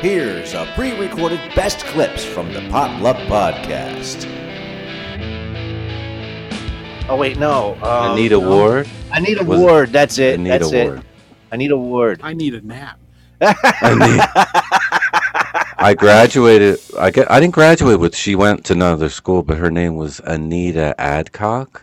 Here's a pre recorded best clips from the Pot Love Podcast. Oh, wait, no. Um, Anita Ward. I need a Was it- word. That's it. Anita That's Ward. it. I need a word. I need a nap. I, I graduated. I get, I didn't graduate with. She went to another school, but her name was Anita Adcock.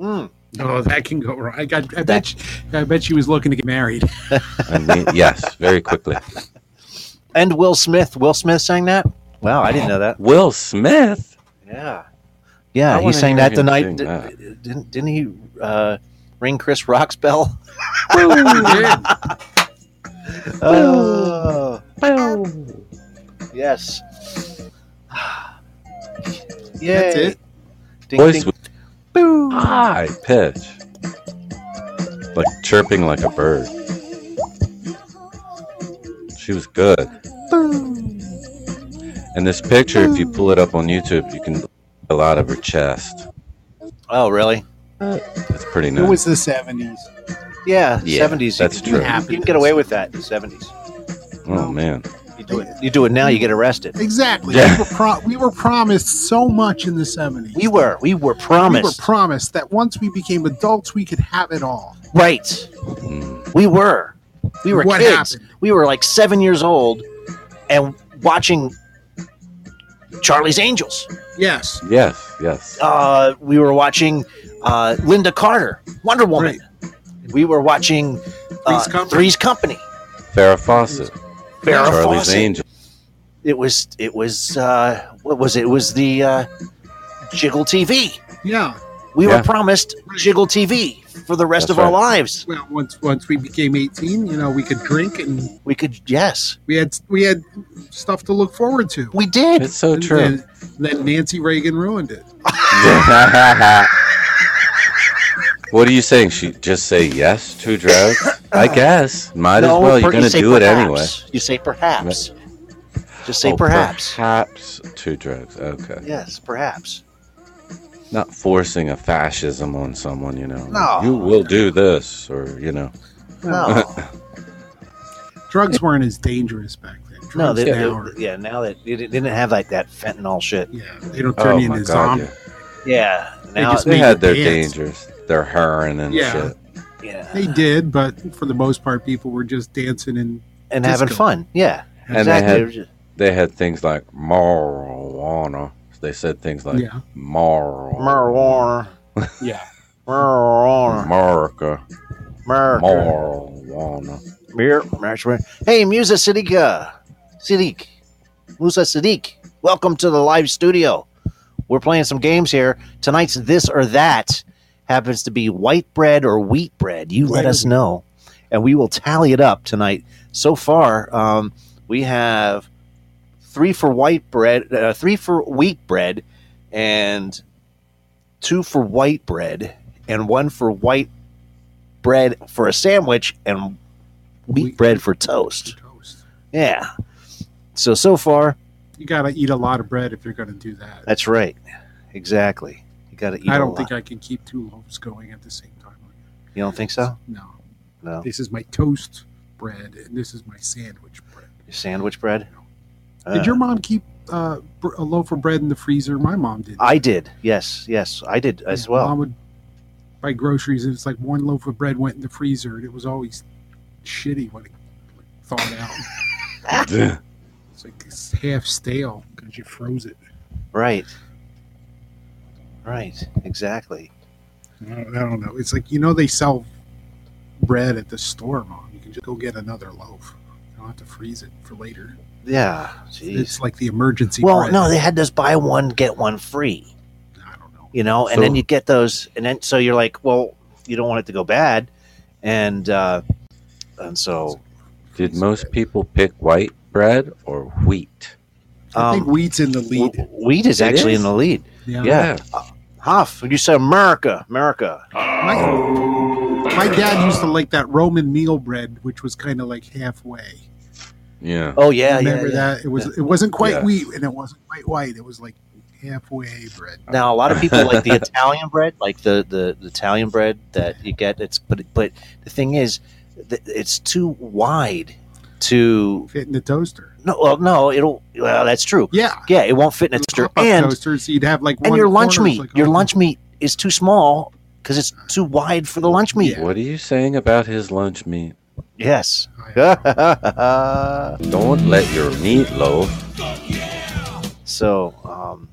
Mm. Oh, that can go wrong. I, I, I bet. She, I bet she was looking to get married. Ani- yes, very quickly. And Will Smith. Will Smith sang that? Wow, I didn't know that. Will Smith. Yeah. I Yeah, he wanna sang hear that him the night. sing di- that. Didn't, didn't he uh, ring Chris Rock's bell? Yeah. Oh. Yes. Yay. That's it. Ding, Voice ding. was high pitch, like chirping like a bird. She was good. And this picture, if you pull it up on YouTube, you can see a lot of her chest. Oh, really? It's pretty It nice. was the seventies. Yeah, Yeah, 70s. that's you, can- true. You can get away with that in the 70s. oh man. You do it. You do it now, you get arrested. Exactly. Yeah. We, were pro- we were promised so much in the seventies. We were. We were We were promised. promised that once we became adults, we could have it all. right. Mm. We were. We were What kids. happened? We were like seven years old and watching Charlie's Angels. Yes. Yes, yes. Uh, we were watching uh, Linda Carter, Wonder Woman. We were watching uh, Three's Company. Three's Company. Farrah Fawcett, Farrah Charlie's Fawcett. Angel. It was. It was. Uh, what was it? It was the uh, Jiggle TV. Yeah. We Yeah. were promised Jiggle TV for the rest That's of our right. lives. Well, once once we became eighteen, you know, we could drink and We could. Yes, we had we had stuff to look forward to. we did. It's so And true. Then, then Nancy Reagan ruined it. what are you saying? She just say yes to drugs? I guess. Might Uh, No, as well. You're per- you gonna say do it anyway. perhaps. You say perhaps. Just say Oh, perhaps. Perhaps to drugs. Okay. Yes, perhaps. Not forcing a fascism on someone, you know. No. You will do this, or you know. No, Drugs weren't as dangerous back then. Drugs no. They, they- now are- yeah, now that they didn't have like that fentanyl shit. yeah, they don't turn Oh you my into god. zombies. Yeah. Yeah. Now, just They Make had their your dance. dangers. Their herring and Yeah. shit. yeah, They did, but for the most part, people were just dancing and and having disco. fun. Yeah, And they exactly. had- It was just- They had things like marijuana. They said things like yeah, marijuana. Marijuana. yeah. Marijuana. America. America. Marijuana. Mir- Marijuana. Hey, Musa Siddiq. Uh, Siddiq. Musa Siddiq. Welcome to the live studio. We're playing some games here. Tonight's This or That happens to be white bread or wheat bread. You let White or us wheat. know, and we will tally it up tonight. So far, um, we have three for white bread, uh, three for wheat bread, and two for white bread, and one for white bread for a sandwich, and wheat, Wheat. bread for toast. Toast. Yeah. So so far, You gotta eat a lot of bread if you're gonna do that. that's right. Exactly. You got to eat. I a don't lot. think I can keep two loaves going at the same time. you don't think so. No, No. this is my toast bread, and this is my sandwich bread. Sandwich bread. Uh, Did your mom keep uh, br- a loaf of bread in the freezer? My mom did. I did. Yes. Yes, I did as Yeah, well. Mom would buy groceries, and it's like one loaf of bread went in the freezer, and it was always shitty when it like, thawed out. It's like it's half stale because you froze it. Right. Right. Exactly. I don't, I don't know. It's like you know they sell bread at the store, mom. You can just go get another loaf. You don't have to freeze it for later. Yeah. Jeez. It's like the emergency. Well, bread. no, they had this buy one get one free. I don't know. you know, and So- then you get those, and then so you're like, well, you don't want it to go bad, and uh, and so Did most people pick white bread or wheat? I think um, wheat's in the lead. w- wheat is It actually is? in the lead. yeah. Yeah. Huff, you said America, America. My, my dad used to like that Roman meal bread, which was kind of like halfway. Yeah. Oh yeah, yeah. Remember yeah. that? It was. It wasn't quite Yeah. wheat, and it wasn't quite white. It was like halfway bread. Now a lot of people like the Italian bread, like the, the, the Italian bread that you get. It's but but the thing is, th- it's too wide. to fit in the toaster. no, well, no, it'll. Well, that's true. Yeah, Yeah, it won't fit in a toaster, Pop-up and toaster, so you'd have like and one your lunch corner's meat, like, your oh, lunch meat is too small because it's too wide for the lunch meat. Yeah. What are you saying about his lunch meat? Yes. I don't so, know. Don't let your meatloaf. um,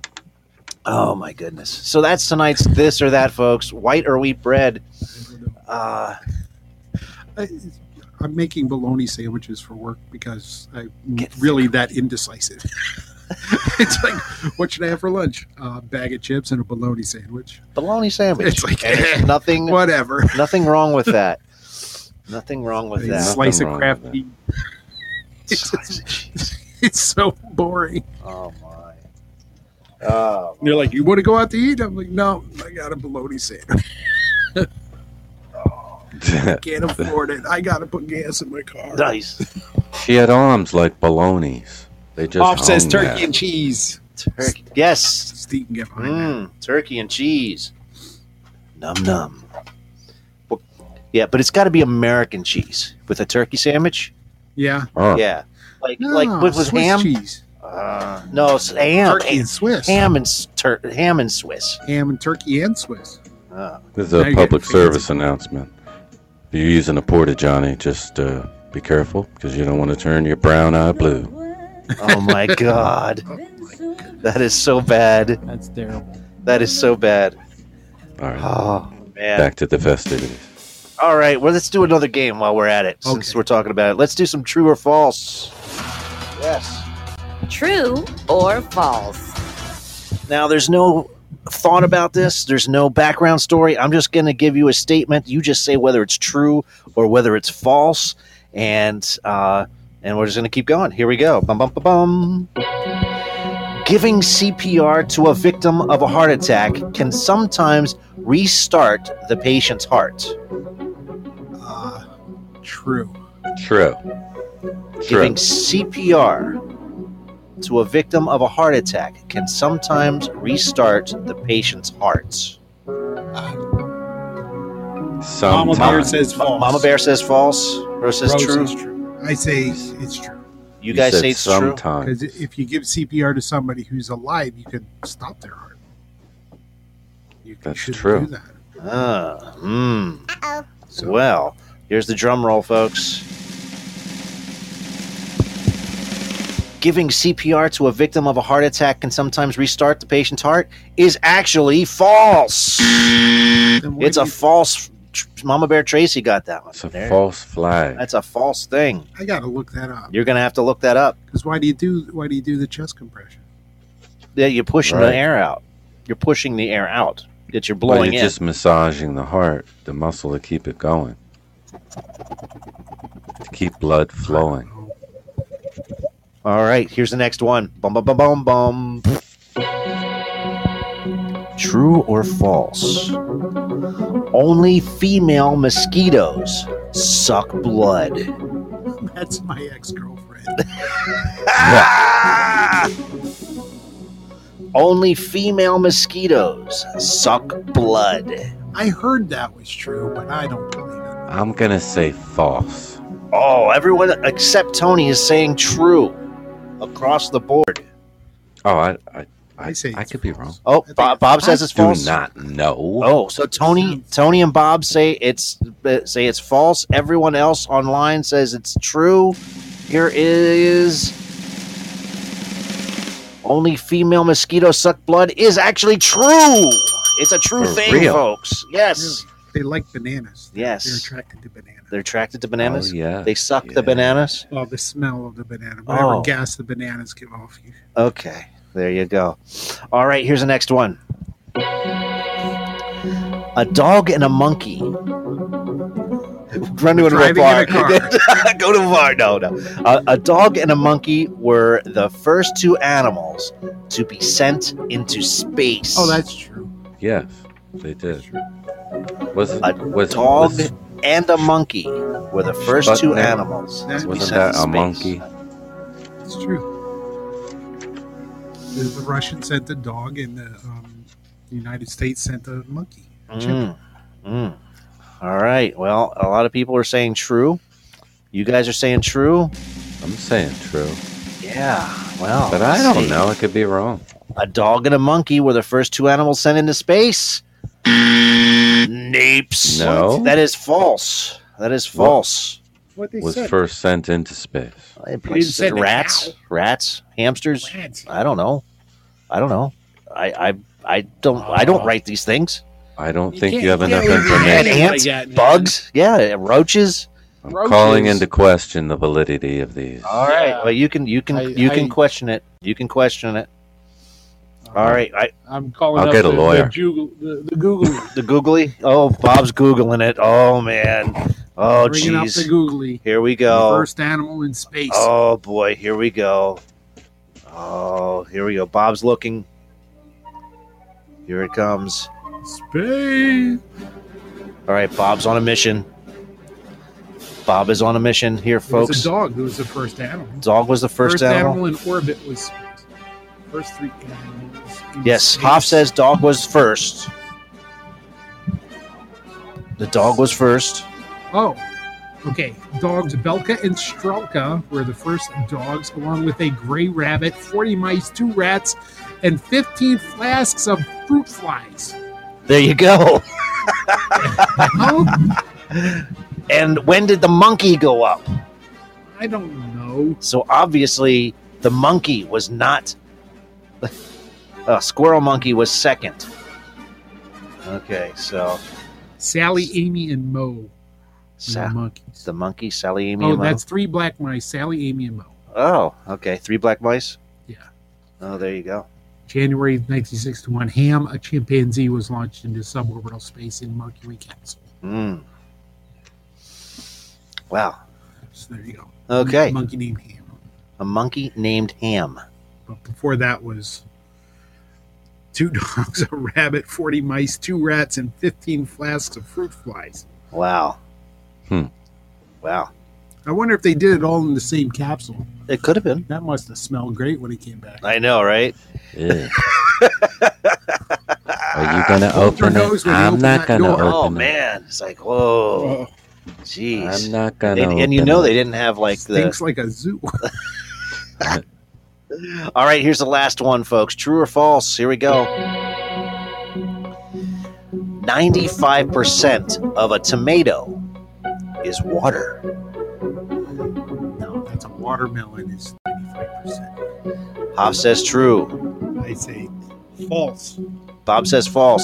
oh my goodness. So that's tonight's this or that, folks. White or wheat bread. Uh, I, I'm making bologna sandwiches for work because I'm Get really that indecisive. it's like, what should I have for lunch? A bag of chips and a bologna sandwich. bologna sandwich. It's like, And there's nothing, Whatever. nothing wrong with that. Nothing wrong with A that. slice Nothing of wrong craft with that. meat. It's, just- it's so boring. Oh my. Oh, They're like, you want to go out to eat? I'm like, no, I got a bologna sandwich. Can't afford it. I got to put gas in my car. nice. she had arms like balonies. They just Off says hung turkey there. and cheese. Turkey. Yes. Steve can get behind that. Mm, turkey and cheese. Num num. Well, yeah, but it's got to be American cheese with a turkey sandwich. Yeah. Oh, Yeah, like No, like with, with Swiss ham. cheese. Uh, no, it's ham, turkey and Swiss. ham and s- tur- ham and Swiss. ham and turkey and Swiss. Uh, This is Now you're a getting public fancy. service announcement. If you're using a porta johnny, just uh, be careful because you don't want to turn your brown eye blue. oh my god, that is so bad. That's terrible. That is so bad. All right, Ah, Oh man. back to the festivities. All right, well, let's do another game while we're at it, since Okay. we're talking about it. Let's do some true or false. Yes. True or false? Now, there's no thought about this. There's no background story. I'm just going to give you a statement. You just say whether it's true or whether it's false, and uh, and we're just going to keep going. Here we go. Bum bum bum bum. Giving CPR to a victim of a heart attack can sometimes restart the patient's heart. Uh, true. True. Giving True. CPR to a victim of a heart attack can sometimes restart the patient's heart. Um, Mama Bear Sometimes. says false. Mama Bear says false. Rose says Rose true. says true. I say it's true You guys said say it's true. sometimes. because if you give CPR to somebody who's alive, you can stop their heart. You c- That's shouldn't true. Do that. Ah, mm. So Well, here's the drum roll, folks. Giving CPR to a victim of a heart attack can sometimes restart the patient's heart is actually false. then why It's do a you- false. tr- Mama Bear Tracy got that one. It's a There. false flag. That's a false thing. I gotta look that up You're gonna have to look that up. because why do you do why do you do the chest compression? Yeah, you're pushing Right. the air out. You're pushing the air out. That you're blowing Well, you're in. just massaging the heart, the muscle to keep it going, to keep blood flowing. All right, here's the next one. Bum bum bum bum bum. True or false? Only female mosquitoes suck blood. That's my ex girlfriend. Ah! Only female mosquitoes suck blood. I heard that was true, but I don't believe it. I'm gonna say false. Oh, everyone except Tony is saying true across the board. Oh, I, I, I, I say I it's could be wrong. false. Oh, I think- Bob, Bob says it's false. Do not know. Oh, so Tony, Tony, and Bob say it's uh, say it's false. Everyone else online says it's true. Here is only female mosquitoes suck blood is actually true. It's a true For thing, real? folks. Yes, They like bananas. They're yes. attracted to bananas. They're attracted to bananas. Oh, yeah. They suck Yeah. the bananas. Well, the smell of the banana, whatever Oh. gas the bananas give off you. Okay, there you go. All right, here's the next one. A dog and a monkey. Run to a Driving bar. in a Go to a bar. No, no. A, a dog and a monkey were the first two animals to be sent into space. Oh, that's true. Yes, they did. That's true. Was a was dog was- and a monkey were the first But two now- animals. That- to be Wasn't sent that to a space. monkey? It's true. The, the Russians sent a dog, and the um, the United States sent a monkey. Mm. Mm. All right. Well, a lot of people are saying true. You guys are saying true. I'm saying true, Yeah. Well, but I let's don't see. know. I could be wrong. A dog and a monkey were the first two animals sent into space. Napes. No. That is false. That is false. What they Was said? first sent into space. I didn't say the rats, cow. rats, hamsters. Rats. I don't know. I don't know. I I, I don't I don't Oh. write these things. I don't You think can't- you have yeah, enough you can't information. say Ants, that, man. Bugs, yeah, roaches. I'm Roaches. calling into question the validity of these. All right, Yeah. well you can you can I- you can I- question it. You can question it. All right, I, I'm calling. I'll up get a the- lawyer. The, Google, the, the Googly. the googly. Oh, Bob's googling it. Oh man. Oh Bringing up the jeez. Googly. Here we go. First animal in space. Oh boy, here we go. Oh, here we go. Bob's looking. Here it comes. Space. All right, Bob's on a mission. Bob is on a mission here, It was folks. a dog who was the first animal. Dog was the first, animal. in orbit was first three animals. in Yes, space. Hoff says dog was first. The dog was first. Oh, okay. Dogs Belka and Strelka were the first dogs, along with a gray rabbit, 40 mice, two rats, and 15 flasks of fruit flies. There you go. Oh, And when did the monkey go up? I don't know. So obviously, the monkey was not. Uh, squirrel monkey was second. Okay, so, Sally, Amy, and Mo were Sa- the monkeys. the monkey, Sally, Amy, oh, and Mo. that's three black mice, Sally, Amy, and Mo. Oh, okay. Three black mice? Yeah. Oh, there you go. January 1961, Ham, a chimpanzee, was launched into suborbital space in Mercury capsule. Mm. Wow. So there you go. Okay. Monkey named Ham. A monkey named Ham. But before that was two dogs, a rabbit, 40 mice, two rats, and 15 flasks of fruit flies. Wow. Hmm. Wow. I wonder if they did it all in the same capsule. It could have been. That must have smelled great when it came back. I know, right? Ew. Are you gonna your open nose it? when you I'm not open that gonna door. open Oh, it. man. It's like, whoa. Jeez. I'm not gonna. and, and you open know it. they didn't have like the stinks like a zoo. All right, here's the last one, folks. True or false? Here we go. 95% of a tomato is water. no, that's a watermelon is 95%. Hoff says true. I say false. Bob says false.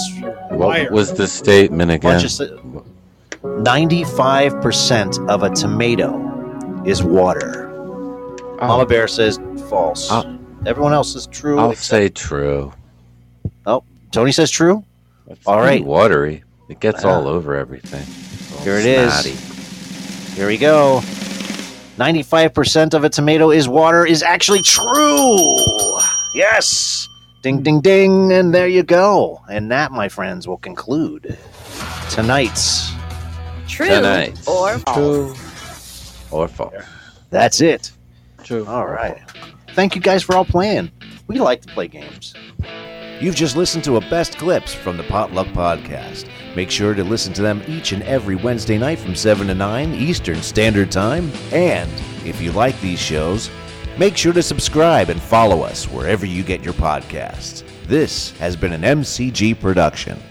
What was the statement Bunch again? of s- 95% of a tomato is water. Mama I'll, Bear says false. Oh. Everyone else is true. I'll say true. Tony says true. It's All too right. watery. It gets Yeah. all over everything. It's all Here it is. snotty. Here we go. 95% of a tomato is water is actually true. Yes. Ding, ding, ding. And there you go. And that, my friends, will conclude tonight's. True Tonight. or false. True or false? That's it. True. All right. Thank you guys for all playing. We like to play games. You've just listened to a best clips from the Potluck Podcast. Make sure to listen to them each and every Wednesday night from 7 to 9 Eastern Standard Time. And if you like these shows, make sure to subscribe and follow us wherever you get your podcasts. This has been an MCG production.